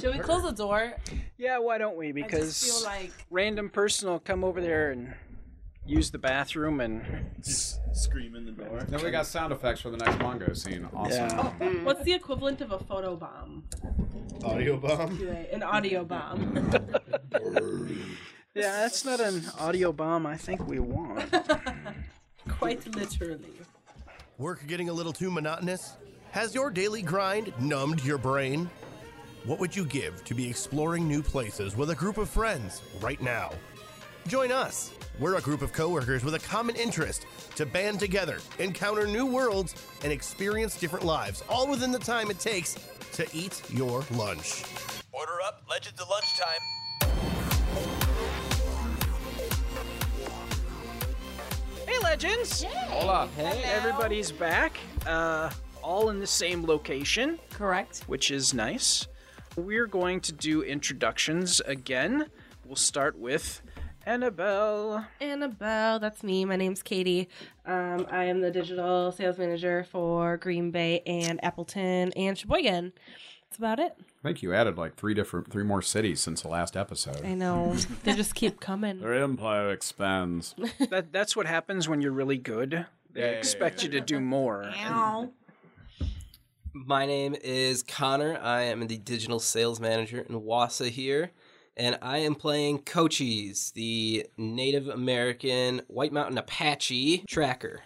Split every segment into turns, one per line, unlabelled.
Should we close the door?
Yeah, why don't we?
I just feel
Because
like
random person will come over there and use the bathroom and
Just scream in the door.
Then we got sound effects for the next Mongo scene. Awesome.
Yeah.
what's the equivalent of a photo bomb?
Audio bomb.
Right, An audio bomb.
yeah, that's not an audio bomb. I think we want.
Quite literally.
Work getting a little too monotonous? Has your daily grind numbed your brain? What would you give to be exploring new places with a group of friends right now? Join us. We're a group of coworkers with a common interest to band together, encounter new worlds, and experience different lives, all within the time it takes to eat your lunch.
Order up, Legends of Lunchtime.
Hey, legends!
Hola.
Hey, everybody's back. Uh, all in the same location.
Correct.
which is nice. We're going to do introductions again. We'll start with Annabelle.
Annabelle, that's me. My name's Katie. Um, I am the digital sales manager for Green Bay and Appleton and Sheboygan. That's about it.
I think you added like three different, three more cities since the last episode.
I know. they just keep coming.
Their empire expands.
That, that's what happens when you're really good. They
Yeah, yeah,
expect you to do more.
Ow.
My name is Connor. I am the digital sales manager in Wassa here, and I am playing Cochise, the Native American White Mountain Apache tracker.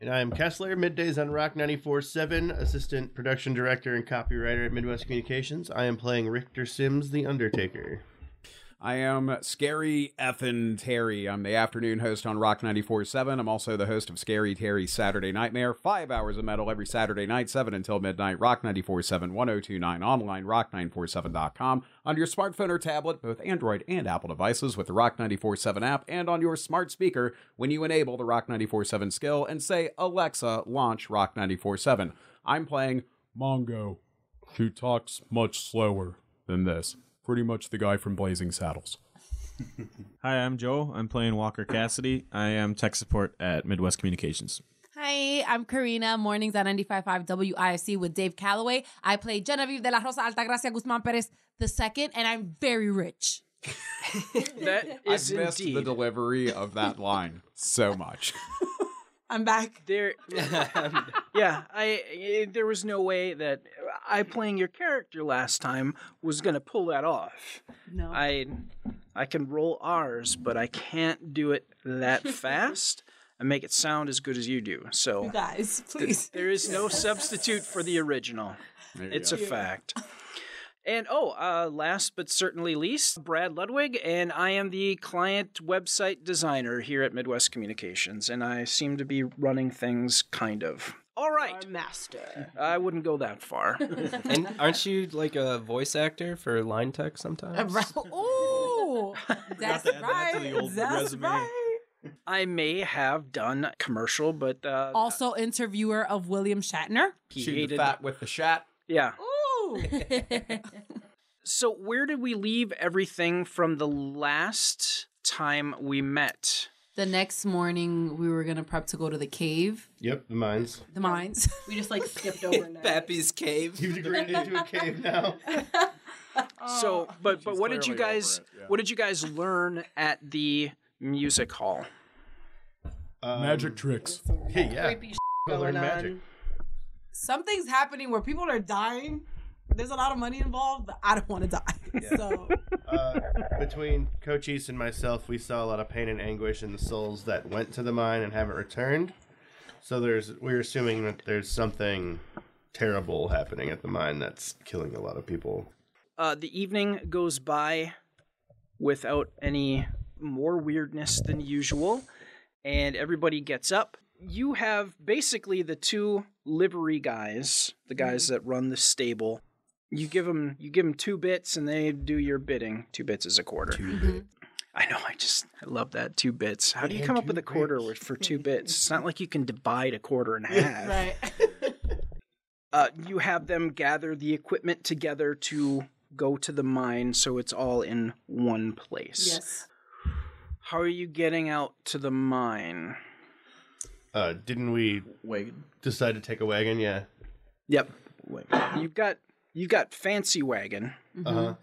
And I am Kessler, middays on Rock 94.7, assistant production director and copywriter at Midwest Communications. I am playing Richter Sims, The Undertaker.
I am Scary Effin Terry. I'm the afternoon host on Rock 94.7. I'm also the host of Scary Terry's Saturday Nightmare, five hours of metal every Saturday night, 7 until midnight, Rock 94.7, 1029 online, rock947.com, on your smartphone or tablet, both Android and Apple devices with the Rock 94.7 app, and on your smart speaker when you enable the Rock 94.7 skill and say, Alexa, launch Rock 94.7. I'm playing Mongo. She talks much slower than this. Pretty much the guy from Blazing Saddles.
Hi, I'm Joe. I'm playing Walker Cassidy. I am tech support at Midwest Communications.
Hi, I'm Karina, mornings at 95.5 WIFC with Dave Calloway. I play Genevieve de la Rosa Altagracia Guzman Perez the second, and I'm very rich.
That is
I missed
indeed
the delivery of that line so much.
I'm back.
there. yeah, I eh, there was no way that I playing your character last time was gonna pull that off.
No.
I I can roll R's, but I can't do it that fast and make it sound as good as you do. So
Guys, please.
There is no substitute for the original.
There you
It's
go.
a fact. And oh, uh, last but certainly least, Brad Ludwig, and I am the client website designer here at Midwest Communications, and I seem to be running things kind of. All right,
Master.
I wouldn't go that far.
And aren't you like a voice actor for line tech sometimes?
Ooh, that's
to add that to the
right.
old
that's
resume.
right.
I may have done a commercial, but uh,
Also, interviewer of William Shatner.
he
Shoot the
hated.
fat with the shat.
Yeah.
Ooh.
So where did we leave everything from the last time we met?
the next morning, we were going to prep to go to the cave,
Yep, the mines.
the mines.
We just like skipped over that.
Pappy's Cave.
You've degraded into a cave now.
so but but what did you
clearly over
guys
it, yeah.
what did you guys learn at the music hall
Um,
tricks.
Hey, yeah. I learned magic.
Something's happening where people are dying. There's a lot of money involved, but I don't want to die. So,
Uh, between Cochise and myself, we saw a lot of pain and anguish in the souls that went to the mine and haven't returned. So there's we're assuming that there's something terrible happening at the mine that's killing a lot of people.
uh the evening goes by without any more weirdness than usual and everybody gets up you have basically the two livery guys the guys that run the stable you give them you give them two bits and they do your bidding two bits is a quarter i know i just i love that two bits how do you come up with a quarter for two bits it's not like you can divide a quarter in half
right.
uh, you have them gather the equipment together to go to the mine so it's all in one place.
Yes.
How are you getting out to the mine?
Uh, didn't we
Wagon.
decide to take a wagon? Yeah.
Yep. Wait. You've got You got Fancy Wagon.
Mm-hmm.
Uh-huh.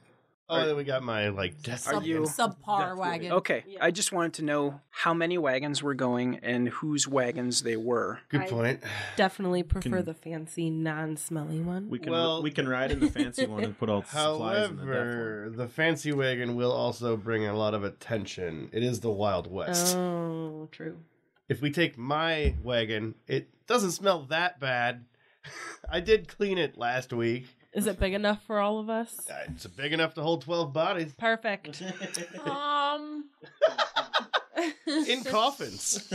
Oh, then we got my like death.
Are you
subpar wagon?
okay? I just wanted to know how many wagons were going and whose wagons they were.
Good I- point. Definitely prefer
Can-
the fancy, non-smelly one.
We can we can ride in the fancy one and put all the supplies in the death one.
However, the fancy wagon will also bring a lot of attention. It is the Wild West.
Oh, true.
If we take my wagon, it doesn't smell that bad. I did clean it last week.
Is it big enough for all of us?
It's big enough to hold 12 bodies.
Perfect.
um.
In coffins.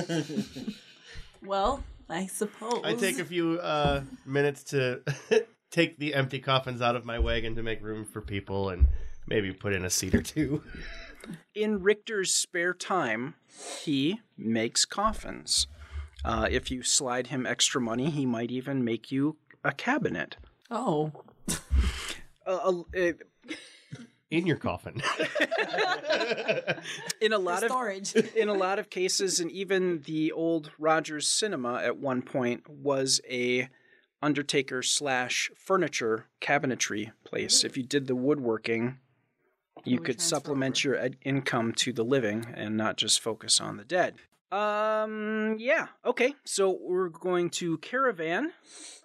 Well, I suppose.
I take a few uh, minutes to take the empty coffins out of my wagon to make room for people and maybe put in a seat or two.
in Richter's spare time, he makes coffins. Uh, if you slide him extra money, he might even make you a cabinet.
Oh.
Uh, uh,
in your coffin.
in a lot
For
of
storage.
in a lot of cases, and even the old Rogers Cinema at one point was a Undertaker slash furniture cabinetry place. If you did the woodworking, you could supplement your ed- income to the living and not just focus on the dead. Um, yeah, okay. So we're going to caravan,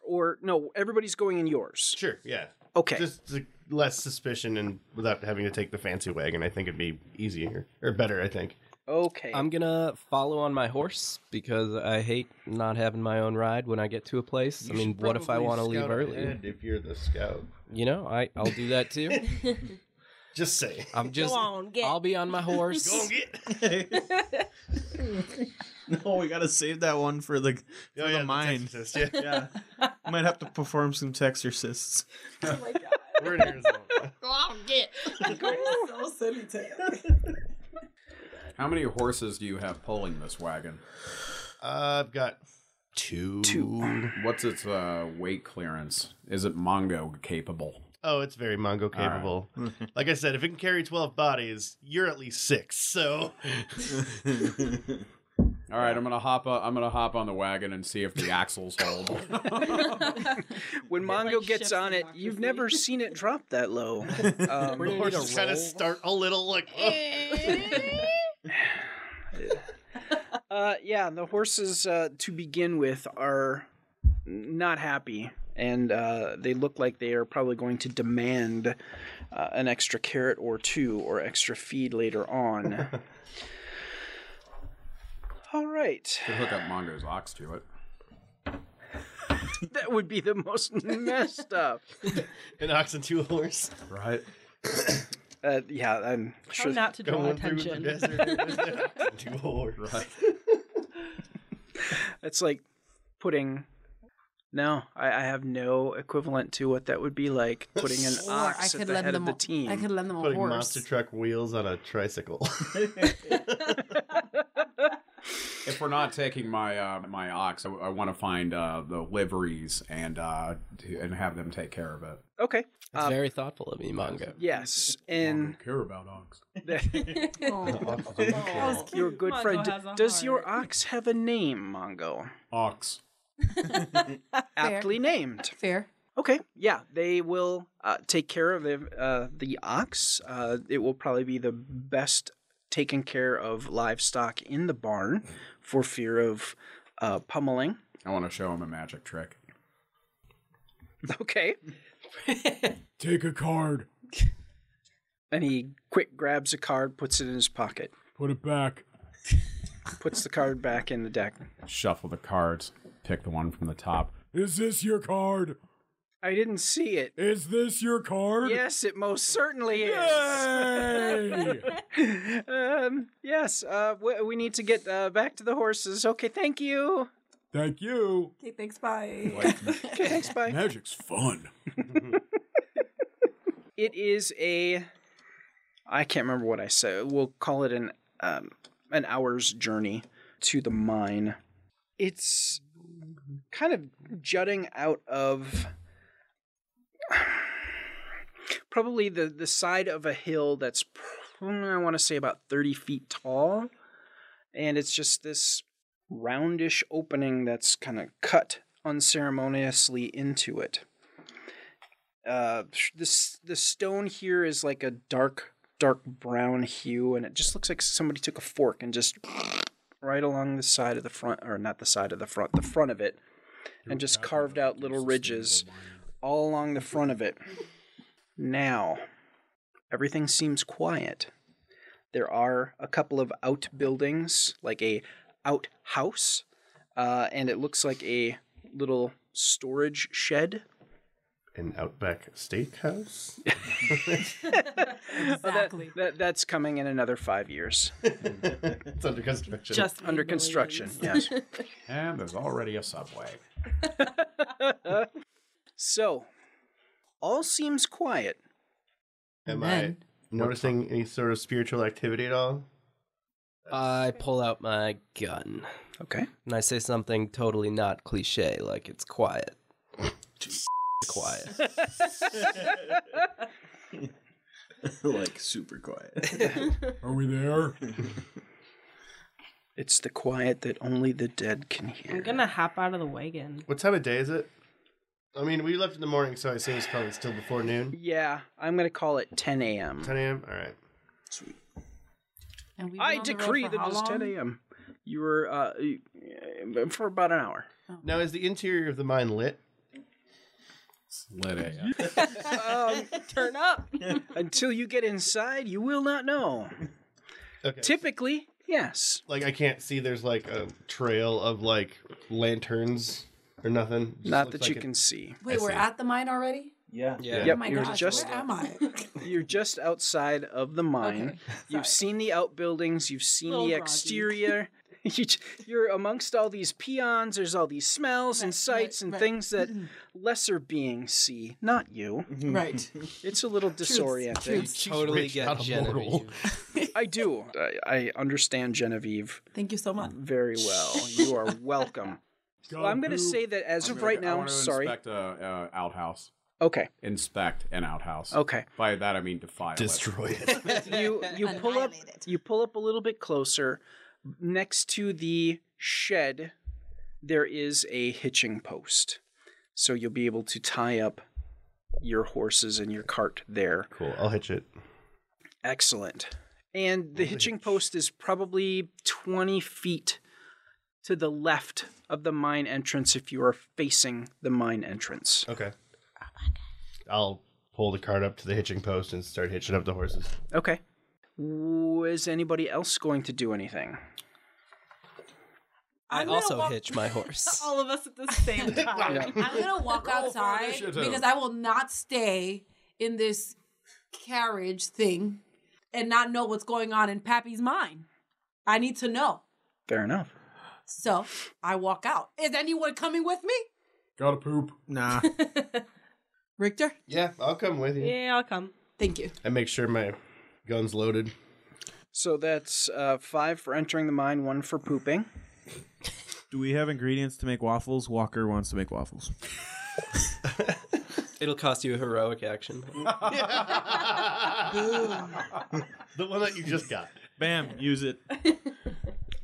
or no, everybody's going in yours.
Sure, yeah.
Okay.
Just to- less suspicion and without having to take the fancy wagon, I think it'd be easier or better, I think.
Okay.
I'm gonna follow on my horse because I hate not having my own ride when I get to a place. I mean, what if I want to leave early?
If you're the scout.
You know, I I'll do that too.
Just say.
I'm just.
on, get.
I'll be on my horse.
Go Oh,
No, we gotta save that one for the for
yeah,
the
the
mine.
Texas, yeah.
yeah. Might have to perform some Texorcists.
We're in Arizona.
Go on, get. so silly
How many horses do you have pulling this wagon?
Uh, I've got two. Two.
What's its uh, weight clearance? Is it Mongo capable?
Oh, it's very Mongo capable. like I said, if it can carry 12 bodies, you're at least six. So,
All right, I'm gonna hop. Uh, I'm gonna hop on the wagon and see if the axles hold.
When Mongo gets on it, you've never seen it drop that low. Um,
the horse is trying to start a little like. oh.
Uh, yeah, the horses uh, to begin with are not happy, and uh, they look like they are probably going to demand uh, an extra carrot or two or extra feed later on. All right,
Could hook up Mongo's ox to it.
that would be the most messed up.
an ox and two horse
Right.
Uh, yeah, I'm
Try
sure.
not to draw
going through the
attention.
desert. with an ox and two horse.
It's like putting. No, I, I have no equivalent to what that would be like putting an
Or I
ox
could
at the
lend
head of
them.
the
a-
team.
I could lend them a
Putting
horse.
monster truck wheels on a tricycle.
If we're not taking my uh, my ox, I, want to find uh, the liveries and uh, to- and have them take care of it.
Okay.
It's very thoughtful of me, Mongo.
Yes, and
Care about ox?
Oh, your good
Oh. Mongo
friend.
has a
Does your
heart.
ox have a name, Mongo?
Ox.
Aptly named.
Fair.
Okay, yeah, they will uh, take care of the, uh, the ox. Uh, it will probably be the best taken care of livestock in the barn for fear of uh, pummeling.
I want to show him a magic trick.
Okay.
Take a card,
And he quick grabs a card, puts it in his pocket,
put it back.
puts the card back in the deck.
Shuffle the cards. Pick the one from the top. Is this your card?
I didn't see it.
Is this your card?
Yes, it most certainly is.
Yay!
Um, yes, uh, we, we need to get uh, back to the horses. Okay, thank you.
Thank you.
Okay, thanks. Bye.
Okay, thanks, bye.
Magic's fun.
It is a. I can't remember what I said. We'll call it an um, an hour's journey to the mine. It's kind of jutting out of probably the the side of a hill that's pr- I want to say about thirty feet tall, and it's just this roundish opening that's kind of cut unceremoniously into it Uh, this the stone here is like a dark dark brown hue, and it just looks like somebody took a fork and just right along the side of the front, or not the side of the front, the front of it, and just carved out little ridges all along the front of it. Now, everything seems quiet. There are a couple of outbuildings, like a outhouse, uh, and it looks like a little storage shed.
An Outback Steakhouse?
exactly.
Oh,
that, that's coming in another five years.
it's under construction.
Just under construction. Yes.
and there's already a subway.
so, all seems quiet.
Am I noticing any sort of spiritual activity at all?
I pull out my gun.
Okay.
And I say something totally not cliche, like it's quiet. Just quiet.
like super quiet.
Are we there? it's the quiet that only the dead can hear.
I'm gonna hop out of the wagon.
What time of day is it? I mean, we left in the morning, so I assume it's probably still before noon.
Yeah, I'm gonna call it 10 a.m.
10 a.m. All right.
Sweet.
And we've been
I
on the road
decree
for
that
how
it's 10
long?
a.m. You were uh, you- uh, for about an hour.
Now, is the interior of the mine lit?
Lit
AM.
Turn up.
Until you get inside, you will not know.
Okay.
Typically, yes.
Like, I can't see there's like a trail of like lanterns or nothing. It just
Not
looks
that
like
you
it-
can see.
Wait, we're at the mine already?
Yeah.
Yeah.
Yep,
Oh my
you're
gosh,
just
where am I?
you're just outside of the mine. You've seen the outbuildings. You've seen
Little
the
groggy.
exterior. You j- you're amongst all these peons. There's all these smells and sights and
right.
things that lesser beings see, not you.
Right.
It's a little disorienting.
truth.
totally get Genevieve.
I do. I, I understand Genevieve
Thank you so much.
very well. You are welcome. Well, I'm going to say that as of right now, sorry.
Inspect a uh, outhouse.
Okay.
Inspect an outhouse.
Okay.
By that I mean defile. Destroy it.
you you pull up you pull up a little bit closer next to the shed there is a hitching post so you'll be able to tie up your horses and your cart there
Cool. I'll hitch it.
excellent and the hitching post is probably 20 feet to the left of the mine entrance if you are facing the mine entrance
Okay. I'll pull the cart up to the hitching post and start hitching up the horses.
okay was anybody else going to do anything
I
I'm gonna
also
walk-
hitch my horse.
Oh.
All of us at the same time.
Yeah.
I'm gonna walk outside
initiative.
because I will not stay in this carriage thing and not know what's going on in Pappy's mind. I need to know.
fair enough
So I walk out. Is anyone coming with me?
Gotta poop.
Nah.
Richter?
Yeah, I'll come with you.
Yeah, I'll come.
Thank you.
I make sure my gun's loaded.
So that's uh, five for entering the mine, one for pooping.
Do we have ingredients to make waffles? Walker wants to make waffles.
It'll cost you a heroic action.
The one that you just got.
Bam, use it.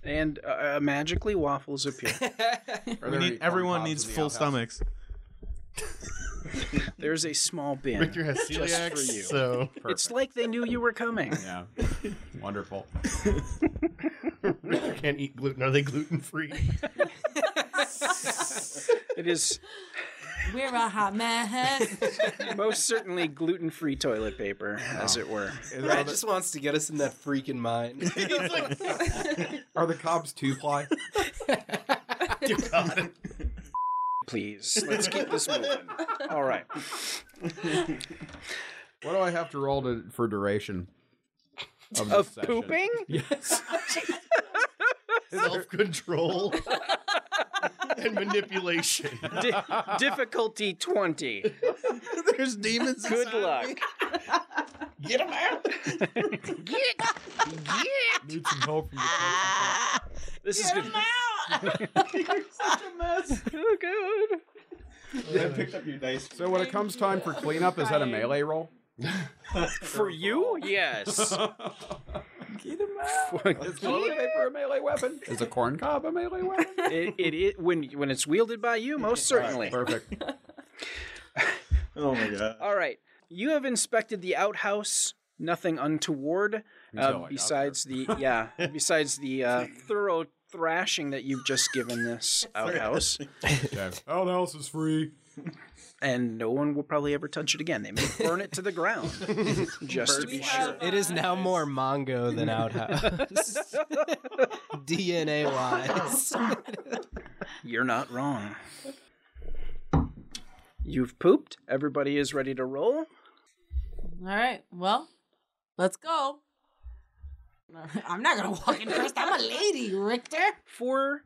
And uh, uh, magically, waffles appear.
We need, everyone needs full stomachs.
There's a small bin.
Richter has
just
celiac,
for you.
so
It's like they knew you were coming.
Yeah. Wonderful.
Richter can't eat gluten. Are they gluten free?
It is
We're a hot mess.
most certainly gluten free toilet paper, as it were.
Brad just wants to get us in that freaking mine.
Are the cobs two ply?
Please, let's keep this moving. All right.
What do I have to roll to, for duration? this
Of
session?
pooping?
Yes.
Self control and manipulation.
Di- difficulty 20.
There's demons.
Good luck.
Get them out.
Need some help from the
This is good. Oh, good.
picked up your dice.
So when it comes time for cleanup, is that a melee roll?
For you? Yes.
Is toilet paper a melee weapon? Is a corn cob a melee weapon?
It, it, it, when, when it's wielded by you, most certainly.
Perfect.
Oh my god.
All right. You have inspected the outhouse. Nothing untoward uh, besides the yeah besides the uh, thorough thrashing that you've just given this outhouse.
Outhouse is free,
and no one will probably ever touch it again. They may burn it to the ground just to be sure.
It is now more Mongo than Outhouse. DNA wise.
You're not wrong. You've pooped. Everybody is ready to roll.
All right. Well, let's go. I'm not gonna walk in first. I'm a lady, Richter.
For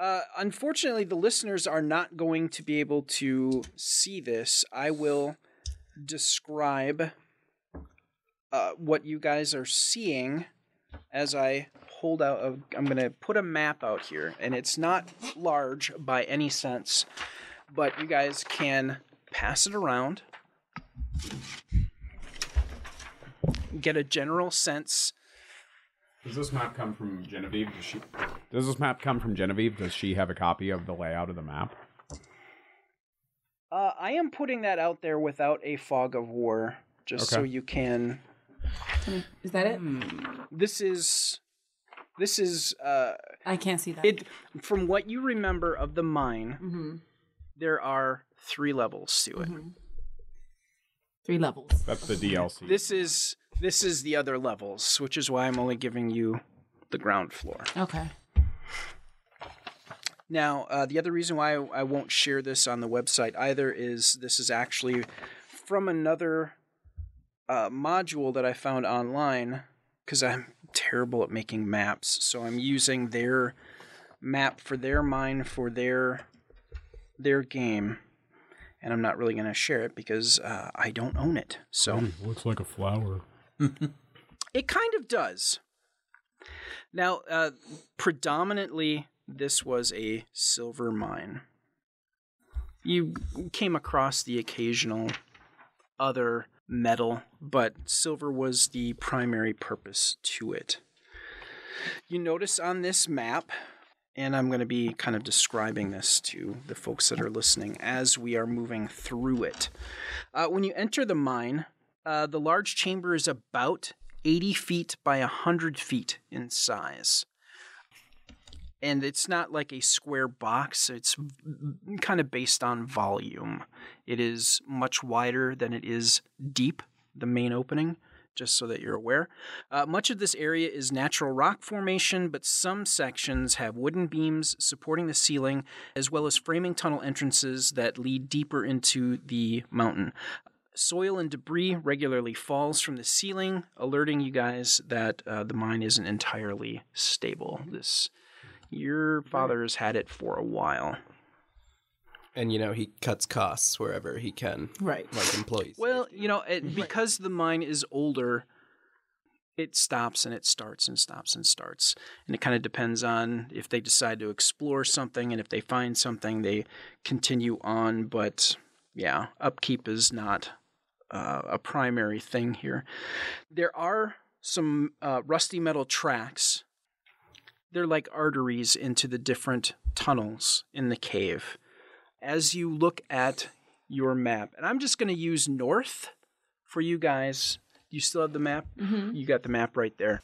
Uh, unfortunately, the listeners are not going to be able to see this. I will describe uh, what you guys are seeing as I hold out. A, I'm going to put a map out here, and it's not large by any sense, but you guys can pass it around, get a general sense.
Does this map come from Genevieve? Does she? Does this map come from Genevieve? Does she have a copy of the layout of the map?
Uh, I am putting that out there without a fog of war, just so
Okay.
you can.
Is that it?
This is. This is. Uh,
I can't see that.
It, from what you remember of the mine, there are three levels to it.
Three levels.
That's the DLC.
This is this is the other levels, which is why I'm only giving you the ground floor.
Okay.
Now, uh, the other reason why I won't share this on the website either is this is actually from another uh, module that I found online because I'm terrible at making maps. So I'm using their map for their mine for their their game, and I'm not really going to share it because uh, I don't own it. So
looks like a flower.
it kind of does. Now, uh, predominantly, this was a silver mine. You came across the occasional other metal, but silver was the primary purpose to it. You notice on this map, and I'm going to be kind of describing this to the folks that are listening as we are moving through it. Uh, when you enter the mine, uh, the large chamber is about 80 feet by 100 feet in size. And it's not like a square box, it's kind of based on volume. It is much wider than it is deep, the main opening, just so that you're aware. Uh, much of this area is natural rock formation, but some sections have wooden beams supporting the ceiling, as well as framing tunnel entrances that lead deeper into the mountain soil and debris regularly falls from the ceiling, alerting you guys that uh, the mine isn't entirely stable. This, your father has had it for a while.
And you know, he cuts costs wherever he can.
Right.
Like employees.
Well, you know, it, because the mine is older, it stops and it starts and stops and starts. And it kind of depends on if they decide to explore something and if they find something, they continue on. But yeah, upkeep is not uh, a primary thing here. There are some uh, rusty metal tracks. They're like arteries into the different tunnels in the cave as you look at your map, and I'm just going to use north for you guys. You still have the map.
Mhm.
You got the map right there.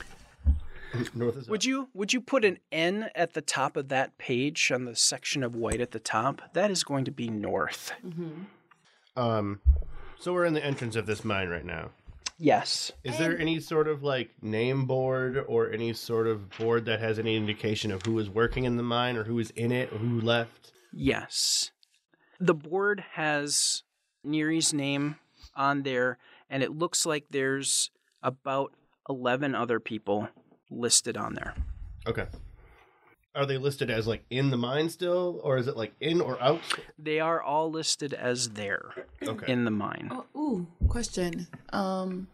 North is
Would you would you put an N at the top of that page on the section of white at the top? That is going to be north.
Um, so we're in the entrance of this mine right now.
Yes.
Is there any sort of like name board or any sort of board that has any indication of who is working in the mine or who is in it or who left?
Yes. The board has Neri's name on there, and it looks like there's about eleven other people listed on there.
Okay. Are they listed as like in the mine still, or is it like in or out?
They are all listed as there
Okay.
in the mine.
Oh, ooh, question. Um,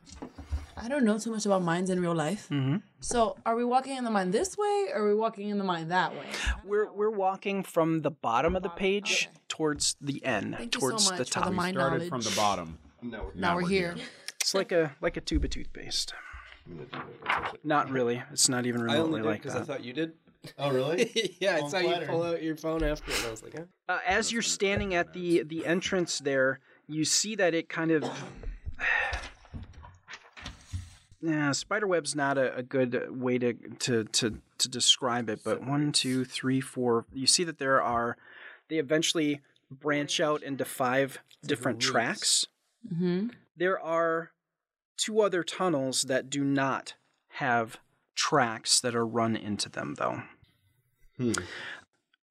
I don't know too much about mines in real life.
Mm-hmm.
So, are we walking in the mine this way, or are we walking in the mine that way?
We're we're walking from the bottom of the page towards the end,
Thank you so
towards the
much for
top.
the We mind started from knowledge. the
bottom.
No,
Now we're here.
It's like a like a tube of toothpaste. Not really. It's not even
I
remotely
only did
like
because
that.
I thought you did.
Oh, really?
yeah,
Oh,
I
I'm
saw you
flattered.
pull out your phone after, and I was like, "Oh." huh?
Uh, as you're standing at the the entrance there, you see that it kind of. Nah, spiderweb's not a, a good way to, to to to describe it, but one, two, three, four. You see that there are, they eventually branch out into five different tracks.
Mm-hmm.
There are two other tunnels that do not have tracks that are run into them, though.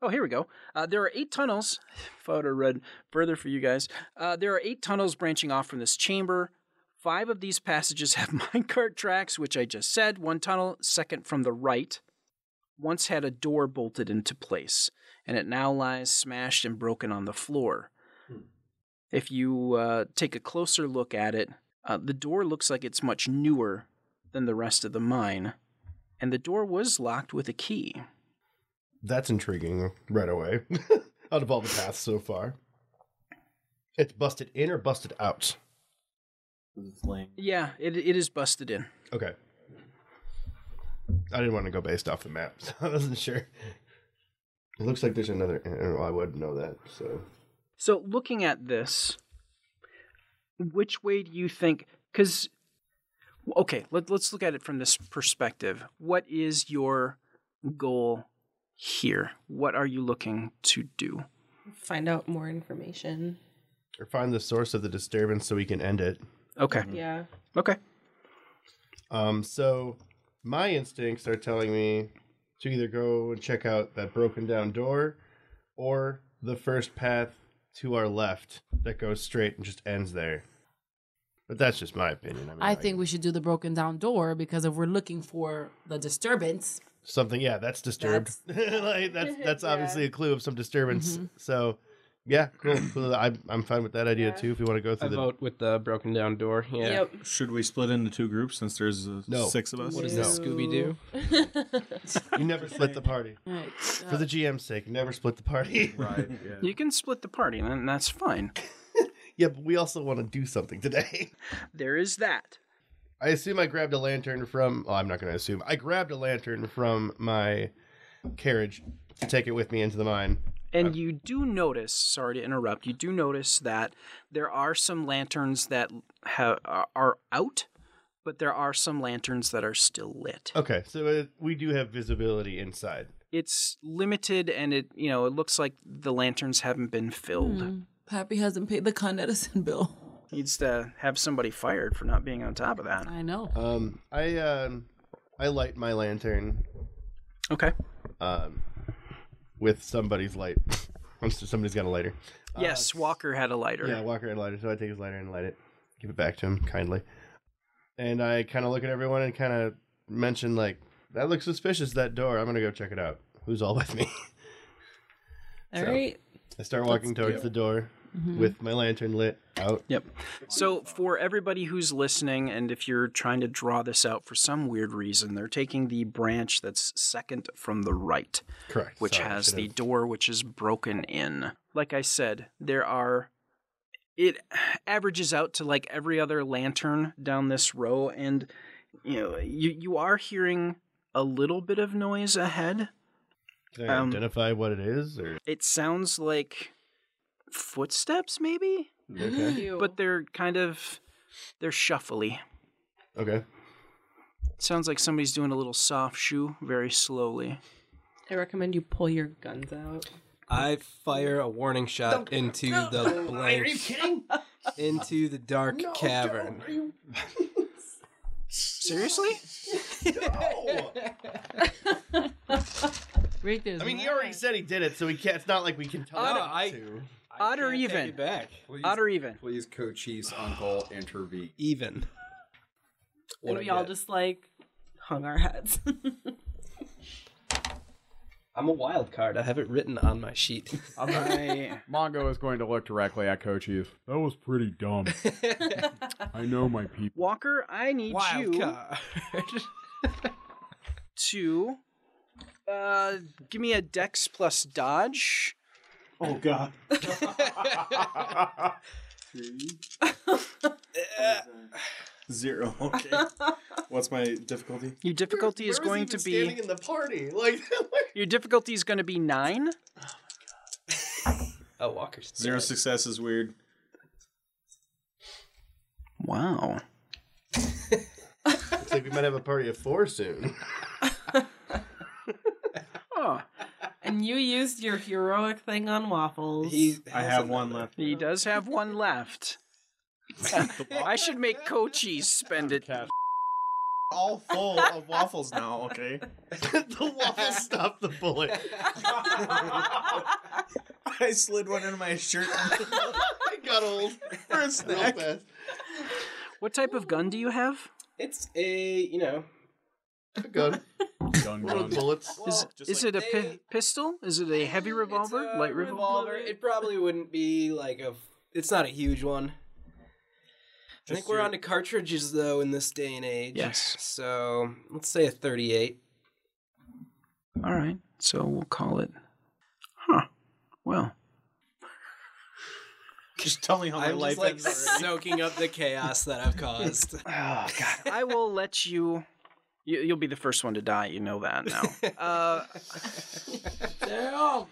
Oh, here we go. Uh, there are eight tunnels. If I would have read further for you guys, uh, there are eight tunnels branching off from this chamber. Five of these passages have minecart tracks, which I just said. One tunnel, second from the right, once had a door bolted into place, and it now lies smashed and broken on the floor. If you uh, take a closer look at it, uh, the door looks like it's much newer than the rest of the mine, and the door was locked with a key.
That's intriguing right away. out of all the paths so far, it's busted in or busted out.
Yeah, it, it is busted in.
Okay. I didn't want to go based off the map, so I wasn't sure. It looks like there's another. oh, I would know that. So
So, looking at this, which way do you think? Because, okay, let, let's look at it from this perspective. What is your goal here? What are you looking to do?
Find out more information.
or find the source of the disturbance so we can end it.
Okay.
Yeah.
Okay.
Um. So my instincts are telling me to either go and check out that broken down door, or the first path to our left that goes straight and just ends there. But that's just my opinion. I, mean,
I think we should do the broken down door because if we're looking for the disturbance,
something. Yeah, that's disturbed. like, that's that's obviously a clue of some disturbance. So, yeah, cool. cool. I'm I'm fine with that idea too. If we want to go through
I
the
vote with the broken down door. Yeah.
Should we split into two groups since there's uh,
No.
six of us?
What is this, No. Scooby-Doo?
you never split the party.
Right.
For
uh,
the GM's sake, never split the party.
Right,
You can split the party, and that's fine.
yeah, but we also want to do something today.
There is that.
I assume I grabbed a lantern from. Oh, I'm not going to assume. I grabbed a lantern from my carriage to take it with me into the mine.
And you do notice, sorry to interrupt, you do notice that there are some lanterns that ha- are- are out, but there are some lanterns that are still lit.
Okay, so uh, we do have visibility inside.
It's limited and it, you know, it looks like the lanterns haven't been filled.
Pappy hasn't paid the Con Edison bill.
Needs to have somebody fired for not being on top of that.
I know.
Um, I um, I light my lantern.
Okay.
Um, with somebody's light. Once somebody's got a lighter. Uh,
yes, Walker had a lighter.
Yeah, Walker had a lighter, so I take his lighter and light it. Give it back to him kindly. And I kind of look at everyone and kind of mention like, "That looks suspicious. That door. I'm gonna go check it out. Who's all with me?"
All
So-
right.
I start walking
Let's do
towards
it.
the door
Mhm.
with my lantern lit out.
Yep. So, for everybody who's listening, and if you're trying to draw this out for some weird reason, they're taking the branch that's second from the right.
Correct.
Which
Sorry, I
has
should
the
have-
door which is broken in. Like I said, there are. It averages out to like every other lantern down this row, and you know you you are hearing a little bit of noise ahead.
Can I
um,
identify what it is? Or
It sounds like footsteps, maybe.
Okay.
But they're kind of they're shuffly.
okay.
Sounds like somebody's doing a little soft shoe very slowly.
I recommend you pull your guns out.
I fire a warning shot into the
Are you
blank,
kidding?
into the dark cavern.
Seriously?
Rick,
I mean, you already said he did it, so we can't. It's not like we can tell
Odd-
Uh,
him
I-
to.
Odd or even?
back.
Odd or even?
Please, Cochise Uncle, intervene.
Even.
And we all just like hung our heads.
I'm a wild card. I have it written on my sheet.
I-
Mongo is going to look directly at Cochise. That was pretty dumb. I know my people.
Walker, I need
Wild
you to uh, give me a dex plus dodge.
Oh god. Zero. Okay. What's my difficulty?
Your difficulty is
where was
going
even
to
standing
be
in the party. Like
your difficulty is going to be nine.
Oh, Walker's
zero success is weird.
Wow.
Looks like we might have a party of four soon.
And you used your heroic thing on waffles.
I have one left.
He does have one left. I should make Cochise spend it.
All full of waffles now. Okay.
the waffle stopped the bullet.
I slid one into my shirt.
I got old.
First snack.
What type of gun do you have?
It's a you know
gun.
Gun,
gun. bullets.
Is,
just
is
like
it a pi- pistol? Is it a heavy revolver?
uh,
Light revolver?
revolver. It probably wouldn't be like a. It's not a huge one. I think we're
your-
on to cartridges though in this day and age.
Yes.
So let's say a thirty-eight.
All right, so we'll call it. Huh. Well,
Just tell me how my
I'm
life
just like
ends already.
soaking up the chaos that I've caused.
Oh God! I will let you. you you'll be the first one to die. You know that now. Uh,
Damn.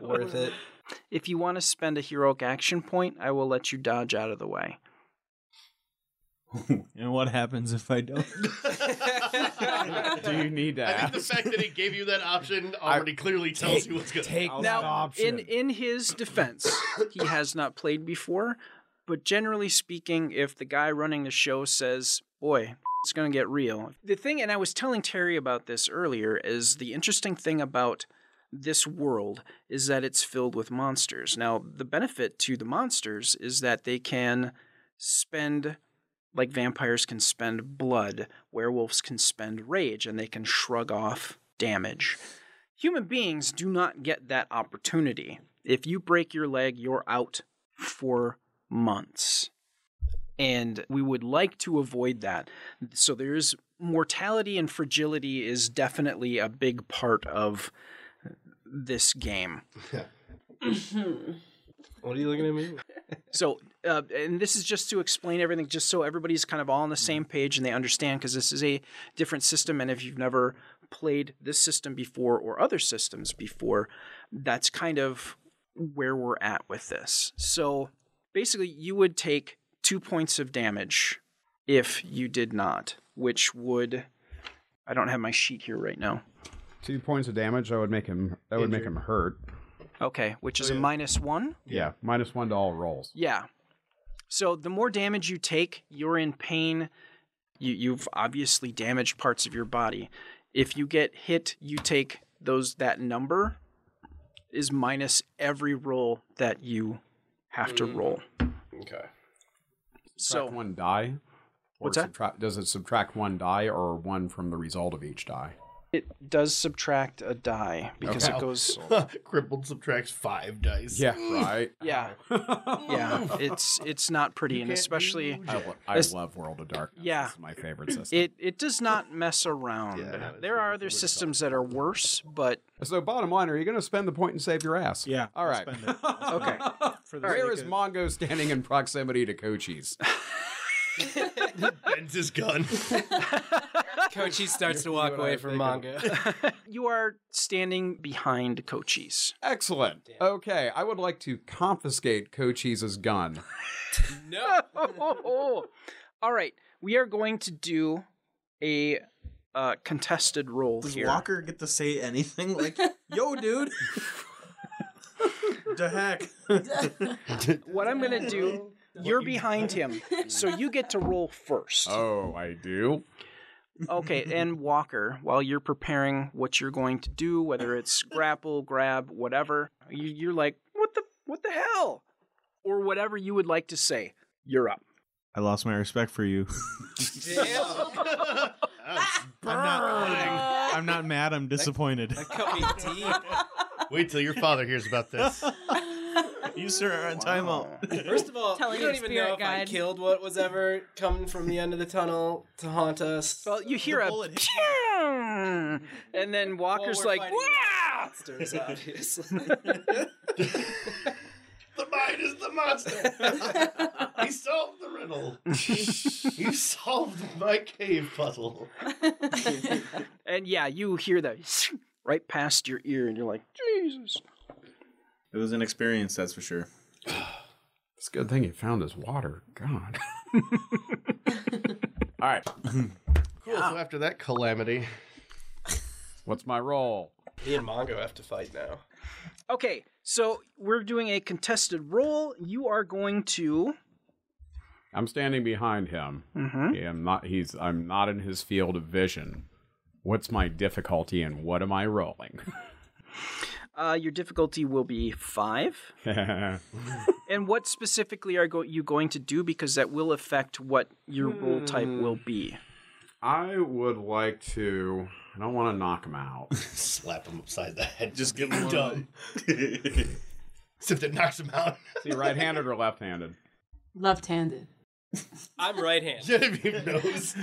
Worth it.
if you want to spend a heroic action point, I will let you dodge out of the way.
And what happens if I don't?
Do you need to
I think the
ask?
fact that he gave you that option already clearly tells you what's going to
Take that
Now, in
option.
in his defense, he has not played before, but generally speaking, if the guy running the show says, "Boy, it's going to get real," the thing, and I was telling Terry about this earlier, is the interesting thing about this world is that it's filled with monsters. Now, the benefit to the monsters is that they can spend like vampires can spend blood, werewolves can spend rage, and they can shrug off damage. Human beings do not get that opportunity. If you break your leg, you're out for months. And we would like to avoid that. So there's mortality and fragility is definitely a big part of this game.
What are you looking at me?
So, uh, and this is just to explain everything, just so everybody's kind of all on the same page and they understand, because this is a different system. And if you've never played this system before or other systems before, that's kind of where we're at with this. So, basically, you would take two points of damage if you did not, which would. I don't have my sheet here right now.
Two points of damage. That would make him. That would make him
Injured.
hurt.
Okay, which is a minus one.
Yeah, minus one to all rolls.
Yeah. So the more damage you take, you're in pain. You, you've obviously damaged parts of your body. If you get hit, you take those that number is minus every roll that you have to roll.
Okay.
So
Subtract one die. Or
What's that?
subtract- does it subtract one die or one from the result of each die?
it does subtract a die because
Okay.
it goes.
Crippled subtracts five dice.
Yeah, right.
Yeah, yeah. It's it's not pretty, and
can't
especially
I, lo- I
This-
love World of Darkness.
Yeah.
This is my favorite system.
it it does not mess around.
Yeah.
there are other systems that are worse, but
so, bottom line, are you going to spend the point and save your ass?
Yeah,
All
I'll
right.
spend it. I'll
okay.
For the
Where
sake
is
of-
Mongo standing in proximity to Cochise?
Bends his gun.
Kochi starts to walk
what I
away
was
from manga.
you are standing behind Cochise.
Excellent. Okay, I would like to confiscate Cochise's gun.
Oh, all right. We are going to do a uh, contested roll
Does
here.
Walker get to say anything? Like, yo, dude. the heck.
What I'm going to do, you're behind him, so you get to roll first.
Oh, I do.
Okay, and Walker, while you're preparing what you're going to do, whether it's grapple, grab, whatever, you, you're like, what the, what the hell, or whatever you would like to say. You're up.
I lost my respect for you. I'm not, I'm not mad. I'm disappointed.
Cut me deep.
Wait till your father hears about this.
You sir are on timeout.
First of all,
Telling
we don't
your
even know
spirit
if I
guide.
killed what was ever coming from the end of the tunnel to haunt us.
Well, you hear a
bullet hit
"Pew!" and then Walker's
we're
like,
fighting
"Wah!"
monsters, obviously.
the mine is the a monster. he solved the riddle. you solved my cave puzzle.
And yeah, you hear that right past your ear, and you're like, Jesus.
It was an experience, that's for sure.
It's a good thing he found his water. God. All right. Ah.
Cool. So after that calamity,
what's my role?
He and Mongo have to fight now.
Okay, so we're doing a contested roll. You are going to.
I'm standing behind him.
Mhm.
Yeah, I'm not. He's. I'm not in his field of vision. What's my difficulty and what am I rolling?
Uh, your difficulty will be five. And what specifically are go- you going to do? Because that will affect what your roll type will be.
I would like to. I don't want to knock him out.
Slap him upside the head.
Just give him one.
Dumb. Except it knocks him out.
See, right-handed or left-handed?
Left-handed.
I'm right hand.
Genevieve knows.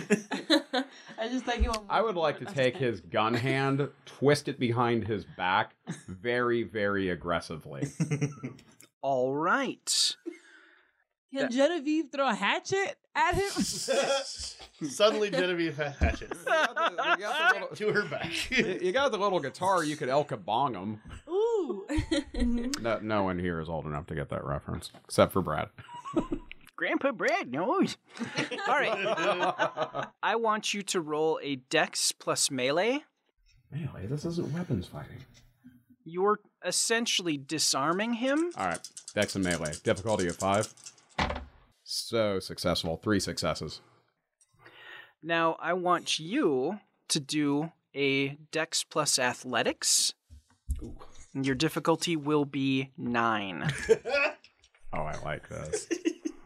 I just like you.
I would like to take his gun hand, twist it behind his back, very, very aggressively.
All right.
Can Genevieve throw a hatchet at him?
Suddenly, Genevieve has hatchets to her back.
you you got the little guitar. You could El Kabong him.
Ooh.
No, no one here is old enough to get that reference, except for Brad.
Grandpa Brad knows. All right. I want you to roll a dex plus melee.
Melee. This isn't weapons fighting.
You're essentially disarming him.
All right. Dex and melee. Difficulty of five. So successful. Three successes.
Now, I want you to do a dex plus athletics. And your difficulty will be nine.
Oh, I like this.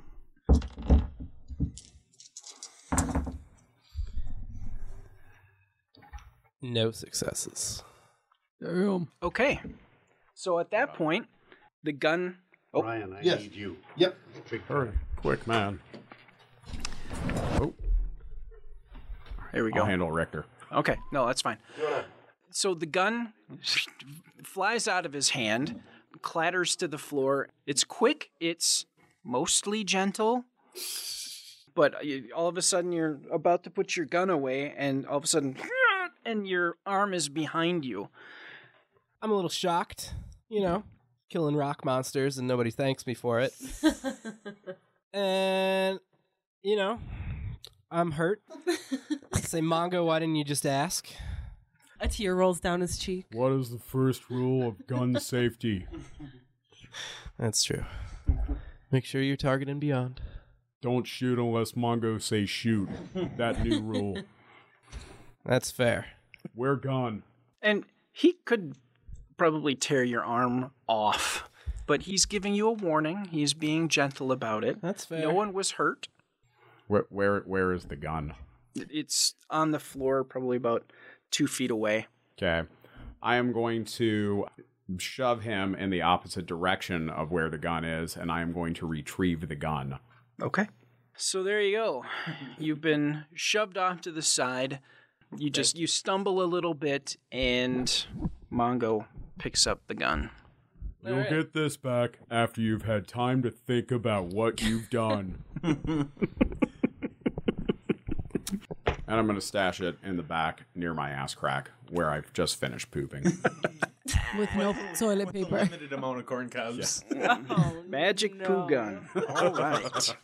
No successes.
Damn.
Okay. So at that point, the gun. Oh,
Ryan, I
Yes.
need you.
Yep.
Big
Hurry. Quick, man. Oh,
there we
I'll
go.
handle Richter.
Okay. No, that's fine. So the gun flies out of his hand, clatters to the floor. It's quick, it's mostly gentle. But you- all of a sudden, you're about to put your gun away, and all of a sudden, and your arm is behind you.
I'm a little shocked, you know, killing rock monsters and nobody thanks me for it. and, you know, I'm hurt. I say, Mongo, why didn't you just ask?
A tear rolls down his cheek.
What is the first rule of gun safety?
That's true. Make sure you're targeting beyond.
Don't shoot unless Mongo say shoot. That new rule.
That's fair.
We're gone.
And he could probably tear your arm off, but he's giving you a warning. He's being gentle about it.
That's fair.
No one was hurt.
Where where where is the gun?
It's on the floor, probably about two feet away.
Okay. I am going to shove him in the opposite direction of where the gun is, and I am going to retrieve the gun.
Okay. So there you go. You've been shoved off to the side. You just you stumble a little bit and Mongo picks up the gun.
You'll get this back after you've had time to think about what you've done. and I'm going to stash it in the back near my ass crack where I've just finished pooping.
With no toilet
With a
paper.
limited amount of corn cobs.
Magic poo gun. All right.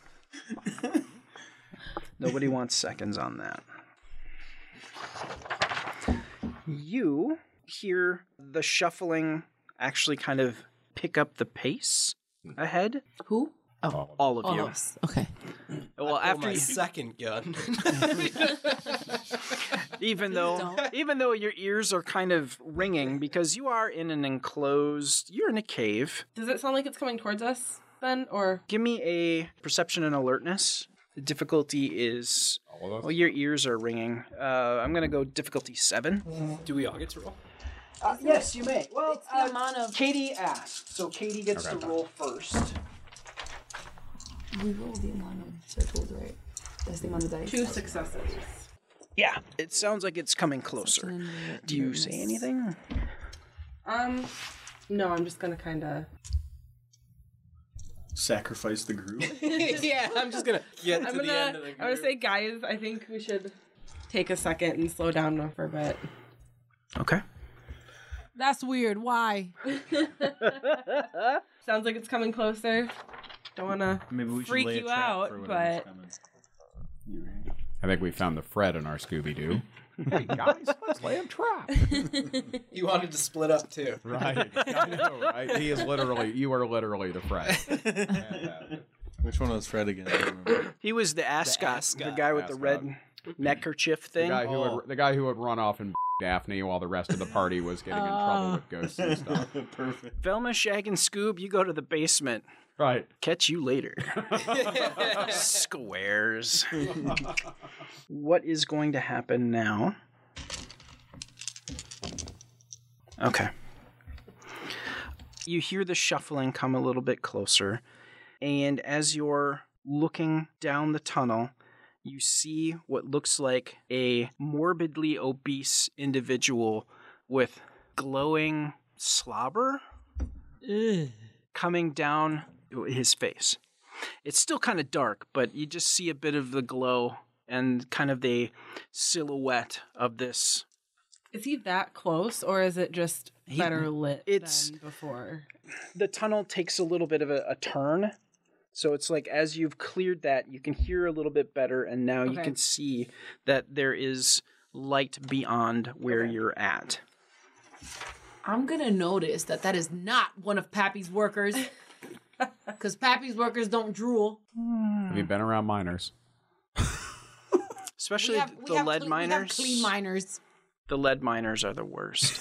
Nobody wants seconds on that. You hear the shuffling actually kind of pick up the pace ahead.
Who?
All of you.
us. Okay.
Well,
Oh
after you,
second gun.
even though
don't.
even though your ears are kind of ringing because you are in an enclosed, you're in a cave.
Does it sound like it's coming towards us then, or
Give me a perception and alertness. The difficulty is well, your ears are ringing. Uh, I'm gonna go difficulty seven.
Do we all get to roll?
Uh, yes, you may. Well, uh,
It's the amount of-
Katie asked, so Katie gets to roll first.
We roll the amount of circles, right? That's the amount of dice.
two successes?
Yeah, it sounds like it's coming closer. Do you say anything?
Um, no, I'm just gonna kind of
Sacrifice the group.
yeah,
I'm just gonna get
I'm
to the
gonna,
end of the
I want to say, guys, I think we should take a second and slow down for a bit.
Okay.
That's weird. Why?
Sounds like it's coming closer. Don't want to
Maybe we should
freak
lay a
you
trap
out,
for whatever's
but
I think we found the Fred in our Scooby Doo. hey guys, let's lay a trap.
You wanted to split up too,
Right. I know, right? He is literally, you are literally the Fred.
Which one was Fred again?
He was the ascot, the, guy with the red neckerchief
The
thing. Oh.
guy, who would, the guy who would run off and Daphne while the rest of the party was getting in trouble with ghosts
Oh.
and stuff.
Perfect. Velma, Shag, and Scoob, you go to the basement.
Right.
Catch you later. Squares. what is going to happen now? Okay. You hear the shuffling come a little bit closer, and as you're looking down the tunnel, you see what looks like a morbidly obese individual with glowing slobber coming down his face. It's still kind of dark, but you just see a bit of the glow and kind of the silhouette of this
is he that close, or is it just
He-
better lit
it's-
than before?
the tunnel takes a little bit of a, a turn. So it's like as you've cleared that, you can hear a little bit better, and now you
Okay.
can see that there is light beyond where you're at.
I'm gonna notice that that is not one of Pappy's workers, because Pappy's workers don't drool.
Have you been around miners?
Especially
We have- we
the
have
lead
cle- we have
miners.
clean miners.
The lead miners are the worst.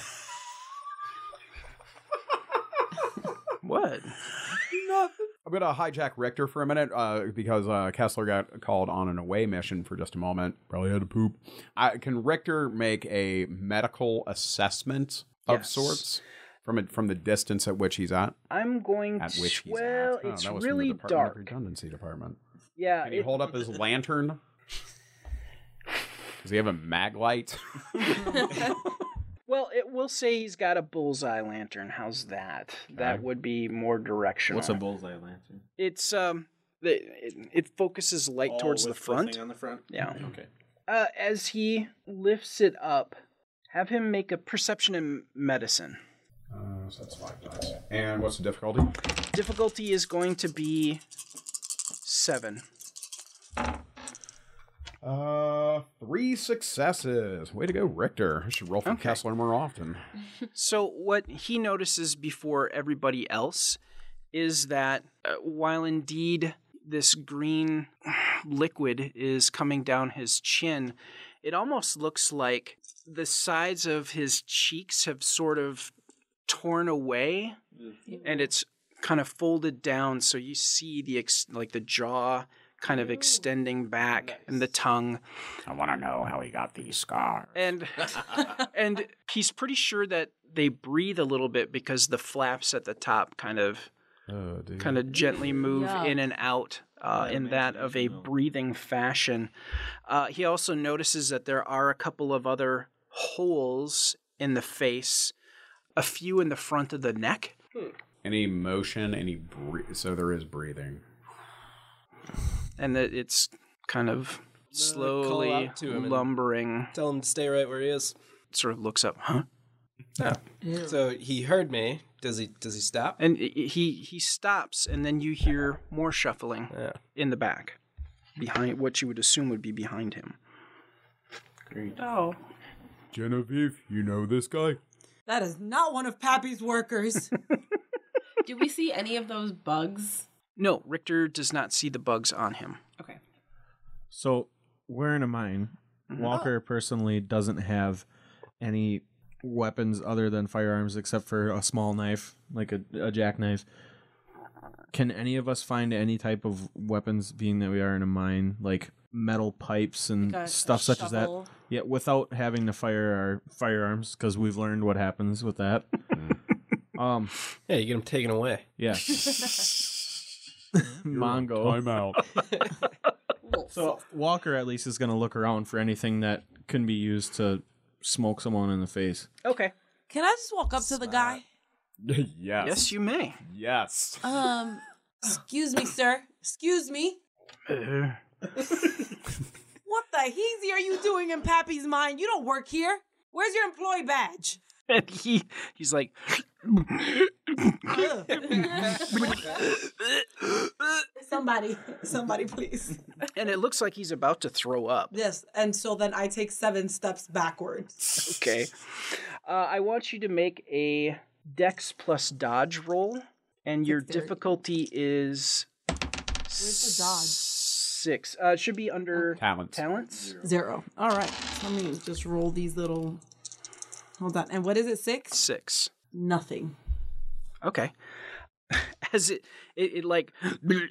what?
I'm going to hijack Richter for a minute uh, because uh, Kessler got called on an away mission for just a moment. Probably had to poop. I, can Richter make a medical assessment of
Yes.
sorts from it from the distance at which he's at?
I'm going
At
to.
which he's
well,
at. Oh,
it's
that was from the
really
Department of
dark.
Redundancy department.
Yeah.
Can he
it-
hold up his lantern? Does he have a mag light?
well, it will say he's got a bullseye lantern. How's that? That would be more directional.
What's a bullseye lantern?
It's um, the, it, it focuses light
Oh,
towards the
with
front.
thing on the front.
Yeah.
Okay.
Uh, as he lifts it up, have him make a perception and medicine.
Uh, so that's five dice. And what's the difficulty?
Difficulty is going to be seven.
Uh, three successes. Way to go, Richter. I should roll for Kessler more often.
So, what he notices before everybody else is that uh, while indeed this green liquid is coming down his chin, it almost looks like the sides of his cheeks have sort of torn away and it's kind of folded down so you see the ex- like the jaw kind of extending back and the tongue
I want to know how he got these scars.
and and he's pretty sure that they breathe a little bit because the flaps at the top kind of
Oh, dude.
kind of gently move
Yeah.
in and out uh, in that of a breathing fashion. Uh, he also notices that there are a couple of other holes in the face, a few in the front of the neck.
Any motion, any bre- so there is breathing.
and that it's kind of slowly
out to him and-
lumbering.
Tell him to stay right where he is.
Sort of looks up, huh? Yeah.
So he heard me. Does he? Does he stop?
And i- i- he he stops, and then you hear more shuffling in the back, behind what you would assume would be behind him.
Oh,
Genevieve, you know this guy?
That is not one of Pappy's workers.
do we see any of those bugs?
No, Richter does not see the bugs on him.
Okay.
So we're in a mine.
Mm-hmm.
Walker
Oh.
personally doesn't have any weapons other than firearms except for a small knife, like a, a jackknife. Can any of us find any type of weapons, being that we are in a mine, like metal pipes
Mm,
and
Like a- a
stuff such as that?
shovel?
Yeah, without having to fire our firearms, because we've learned what happens with that. um,
yeah, you get them taken away.
Yeah. Mongo. I'm out. so Walker at least is going to look around for anything that can be used to smoke someone in the face.
Okay.
Can I just walk up to the guy?
yes.
Yes, you may.
Yes.
Um,
Excuse me, sir. Excuse me.
Uh.
What the heezy are you doing in Pappy's mind? You don't work here. Where's your employee badge?
And he he's like,
somebody, somebody, please.
and it looks like he's about to throw up.
Yes, and so then I take seven steps backwards.
Okay. Uh, I want you to make a Dex plus Dodge roll, and your difficulty is
Where's the dodge?
six. Uh, it should be under
Talents.
Talents.
Zero. All right. Let me just roll these little. Hold on. And what is it? Six?
Six.
Nothing.
Okay. As it, it, it like,
Oh, is it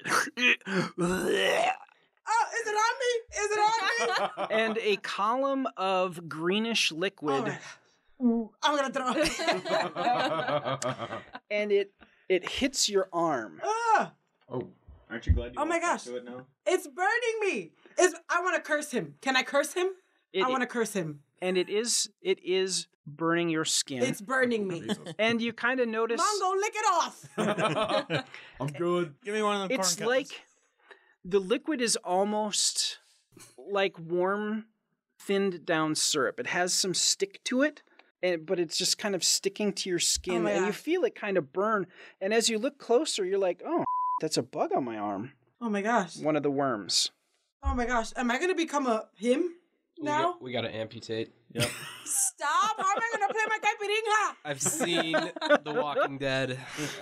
on me? Is it on me?
and a column of greenish
Oh
liquid,
I'm gonna throw
and it it hits your arm.
Ah,
Oh, aren't you glad? You
Oh my
walked up
gosh.
To it now?
it's burning me. It's, I want to curse him. Can I curse him? I want to curse him.
And it is it is burning your skin.
It's burning me.
and you kind of notice
Mongo, lick it off.
I'm good. Give me one
of them
It's
corn
like the liquid is almost like warm, thinned down syrup. It has some stick to it, and, but it's just kind of sticking to your
Oh
skin,
my
and you
gosh.
feel it kind of burn. And as you look closer, you're like, oh, that's a bug on my arm.
Oh my gosh.
One of the worms.
Oh my gosh. Am I gonna become a him now?
We got to amputate.
Yep.
Stop! How am I gonna play my caipirinha?
I've seen The Walking Dead.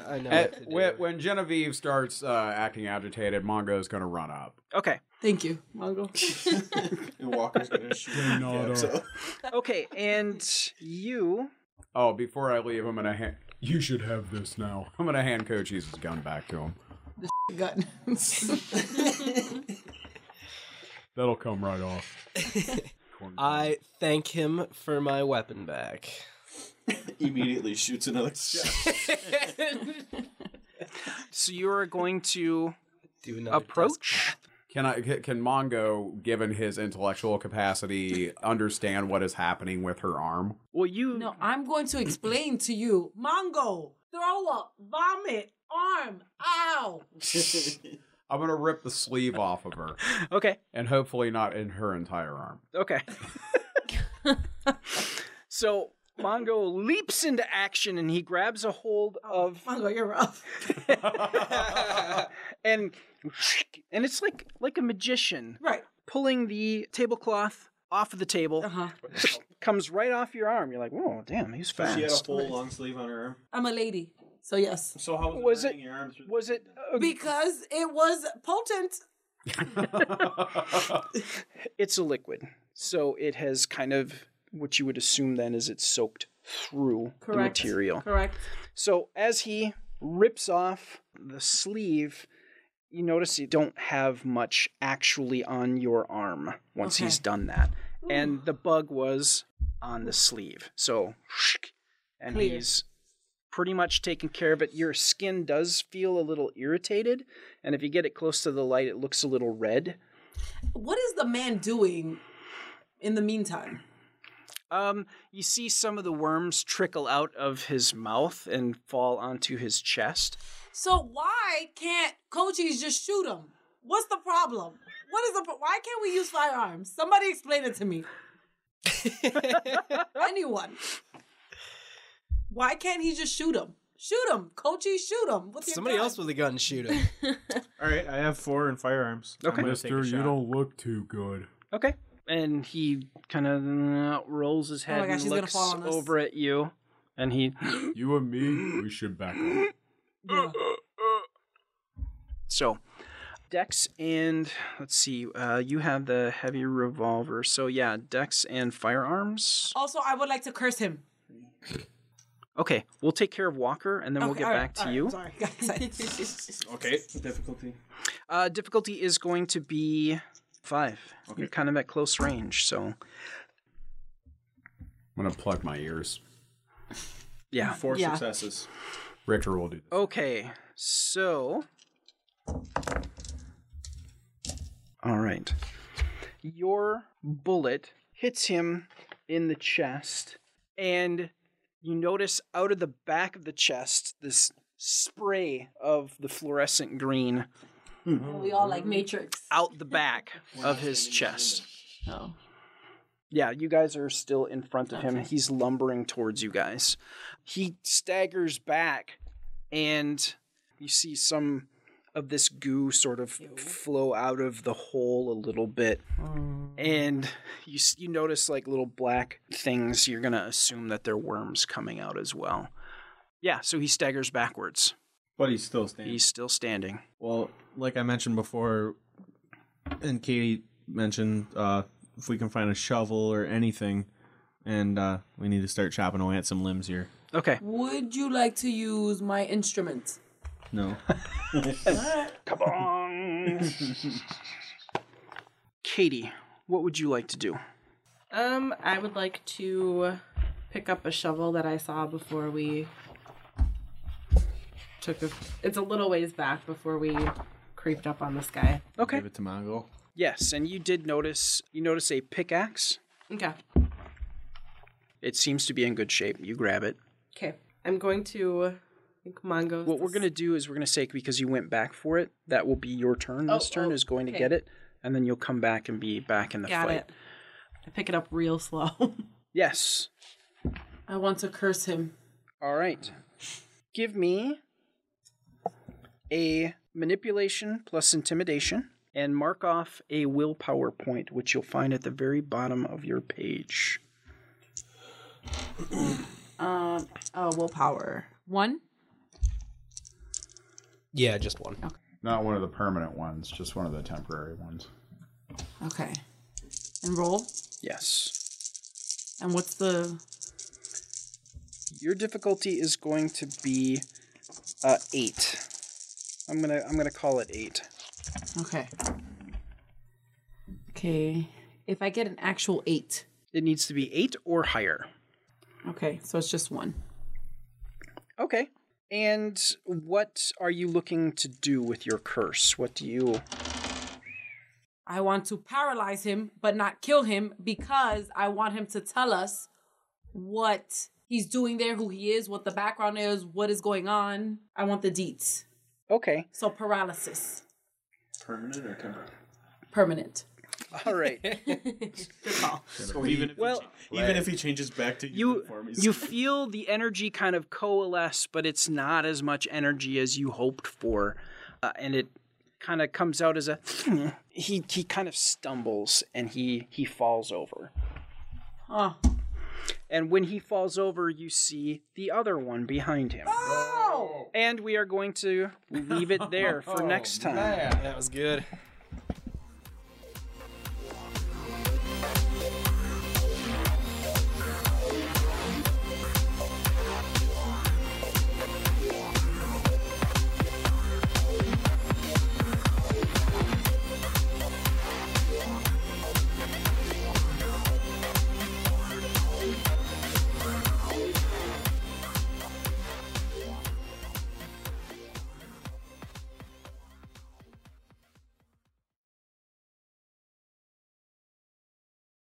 I know.
At-
what to do.
when, when Genevieve starts uh, acting agitated, Mongo's going to run up.
Okay.
Thank you, Mongo.
Walker's going to shoot
okay, and you.
Oh, before I leave, I'm going to hand. You should have this now. I'm going to hand Coach his gun back to him.
Gun.
That'll come right off.
I thank him for my weapon back.
Immediately shoots another shot.
So you are going to
do
approach.
Can I? ca- Can Mongo, given his intellectual capacity, understand what is happening with her arm?
Well, you.
No, I'm going to explain to you. Mongo, throw up, vomit, arm, ow.
I'm gonna rip the sleeve off of her.
Okay.
And hopefully not in her entire arm.
Okay. so Mongo leaps into action and he grabs a hold of
Mongo. You're rough.
and and it's like like a magician,
right?
Pulling the tablecloth off of the table,
Uh-huh.
comes right off your arm. You're like, whoa, damn, he's fast.
She had a full long sleeve on her arm.
I'm a lady. So yes.
So how
Was it?
Your arms
Was it?
Because it was potent.
It's a liquid, so it has kind of what you would assume then is it's soaked through the
Correct.
material.
Correct.
So as he rips off the sleeve, you notice you don't have much actually on your arm once
Okay.
he's done that. And the bug was on the sleeve. So, and
Clear.
he's pretty much taken care of it. Your skin does feel a little irritated. And if you get it close to the light, it looks a little red.
What is the man doing in the meantime?
Um, you see some of the worms trickle out of his mouth and fall onto his chest.
So why can't coaches just shoot him? What's the problem? What is the pro- why can't we use firearms? Somebody explain it to me. Anyone? Why can't he just shoot him? Shoot him, coaches. Shoot him. What's your
Somebody
gun?
else with a gun shoot him.
All right, I have four in firearms.
Okay. Mister, you don't
look too good.
Okay. And he kind of rolls his
Oh my
head
gosh,
and
he's gonna
looks
fall on us.
over at you. And he.
You and me, we should back up.
So, Dex and. Let's see. Uh, you have the heavy revolver. So, yeah, Dex and firearms.
Also, I would like to curse him.
Okay. We'll take care of Walker and then we'll
Okay,
get
all right,
back to
all right,
you.
Sorry, got excited.
Okay. Difficulty.
Uh, difficulty is going to be five. You're kind of at close range. So,
I'm gonna plug my ears.
yeah.
Four
yeah.
successes.
Richter will do.
Okay, so. All right. Your bullet hits him in the chest, and you notice out of the back of the chest this spray of the fluorescent green
we all like Matrix.
out the back of his chest.
Oh.
Yeah, you guys are still in front of him.
Okay.
He's lumbering towards you guys. He staggers back, and you see some of this goo sort of flow out of the hole a little bit.
Oh.
And you s- you notice like little black things. You're gonna assume that they're worms coming out as well. Yeah, so he staggers backwards.
But he's still standing.
He's still standing.
Well, like I mentioned before, and Katie mentioned, uh, if we can find a shovel or anything, and uh, we need to start chopping away at some limbs here.
Okay.
Would you like to use my instrument?
No.
Come on. Katie, what would you like to do?
Um, I would like to pick up a shovel that I saw before we took a. It's a little ways back before we creeped up on this guy.
Okay.
Give it to Mongo.
Yes, and you did notice you notice a pickaxe.
Okay.
It seems to be in good shape. You grab it.
Okay. I'm going to. I think Mongo.
What we're gonna do is we're gonna say because you went back for it, that will be your turn.
Oh,
this turn
oh,
is going to
okay.
get it, and then you'll come back and be back in the
Got
fight.
it. I pick it up real slow.
Yes.
I want to curse him.
All right. Give me a manipulation plus intimidation and mark off a willpower point, which you'll find at the very bottom of your page.
Um. Oh, willpower.
One.
Yeah, just one.
Not one of the permanent ones, just one of the temporary ones.
Okay. And roll.
Yes.
And what's the?
Your difficulty is going to be uh, eight. I'm gonna I'm gonna call it eight.
Okay. Okay. If I get an actual eight.
It needs to be eight or higher.
Okay, so it's just one.
Okay. And what are you looking to do with your curse? What do you
I want to paralyze him, but not kill him because I want him to tell us what he's doing there, who he is, what the background is, what is going on. I want the deets.
Okay.
So paralysis,
Permanent or temporary?
permanent.
All right.
So even if
well,
he, even if he changes back to
you
uniform, he's-
you feel the energy kind of coalesce, but it's not as much energy as you hoped for, uh, and it kind of comes out as a he he kind of stumbles and he he falls over.
Oh.
And when he falls over, you see the other one behind him. And we are going to leave it there for next time.
That was good.